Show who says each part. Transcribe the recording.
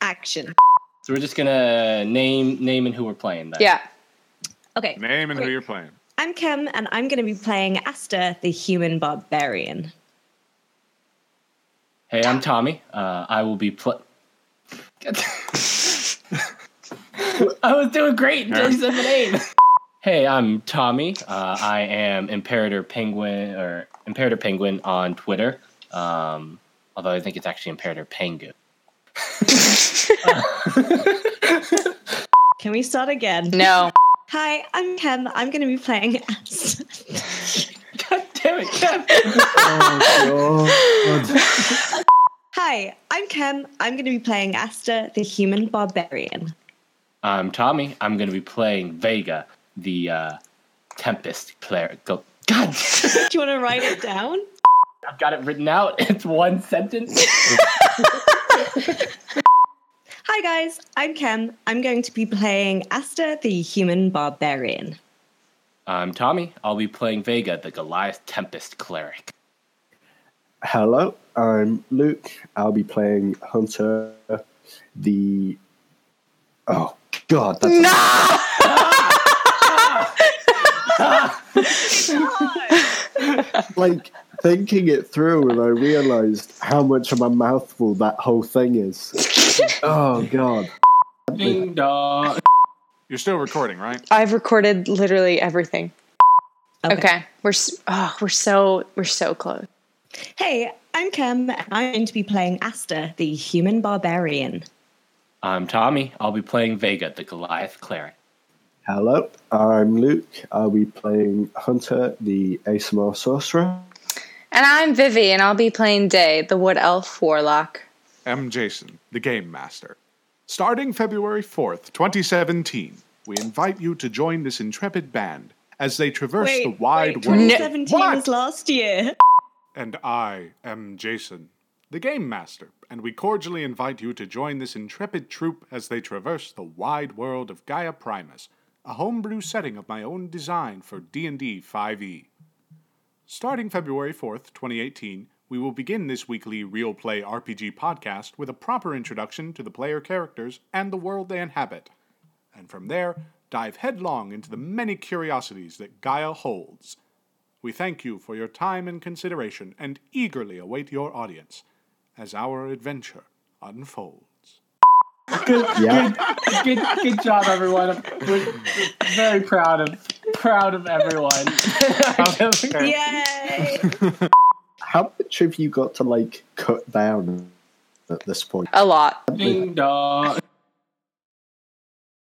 Speaker 1: action.
Speaker 2: So we're just gonna name name and who we're playing. Then.
Speaker 3: Yeah.
Speaker 1: Okay,
Speaker 4: Name and who you're playing.
Speaker 1: I'm Kim, and I'm going to be playing Asta, the human barbarian.
Speaker 2: Hey, I'm Tommy. Uh, I will be pl- I was doing great until you said my name. Hey, I'm Tommy. Uh, I am Imperator Penguin or Imperator Penguin on Twitter. Um, although I think it's actually Imperator Pengu.
Speaker 1: Can we start again?
Speaker 3: No.
Speaker 1: Hi, I'm Kim. I'm going to be playing Asta.
Speaker 2: God damn it, Kev.
Speaker 1: Hi, I'm Kim. I'm going to be playing Asta, the human barbarian.
Speaker 2: I'm Tommy. I'm going to be playing Vega, the uh, Tempest player. Go. God,
Speaker 1: Do you want to write it down?
Speaker 2: I've got it written out. It's one sentence.
Speaker 1: Hi, guys. I'm Kim. I'm going to be playing Asta, the human barbarian.
Speaker 2: I'm Um, Tommy. I'll be playing Vega, the Goliath Tempest cleric.
Speaker 5: Hello, I'm Luke. I'll be playing Hunter. The oh god, that's
Speaker 3: No!
Speaker 5: like thinking it through, and I realised how much of a mouthful that whole thing is. oh god,
Speaker 2: Ding dong.
Speaker 4: You're still recording, right?
Speaker 3: I've recorded literally everything. Okay. We're s- oh, we're so we're so close.
Speaker 1: Hey, I'm Kim. And I'm going to be playing Asta, the human barbarian.
Speaker 2: I'm Um, Tommy. I'll be playing Vega, the Goliath cleric.
Speaker 5: hello, I'm Luke. I'll be playing Hunter, the ASMR sorcerer.
Speaker 3: And I'm Vivi and I'll be playing Day, the wood elf warlock.
Speaker 4: M. Jason, the Game Master. Starting February 4th, 2017, we invite you to join this intrepid band as they traverse the wide
Speaker 1: wait,
Speaker 4: world.
Speaker 1: 2017
Speaker 4: What?
Speaker 1: was last year.
Speaker 4: And I am Jason, the Game Master, and we cordially invite you to join this intrepid troupe as they traverse the wide world of Gaia Primus, a homebrew setting of my own design for D&D 5e. E. Starting February 4th, 2018, we will begin this weekly Real Play RPG podcast with a proper introduction to the player characters and the world they inhabit and from there dive headlong into the many curiosities that Gaia holds. We thank you for your time and consideration and eagerly await your audience as our adventure unfolds.
Speaker 5: Yeah,
Speaker 2: Good, good job, everyone. We're very proud of proud of everyone.
Speaker 1: Yay!
Speaker 5: how much have you got to like cut down at this point?
Speaker 3: A lot.
Speaker 2: Ding dong.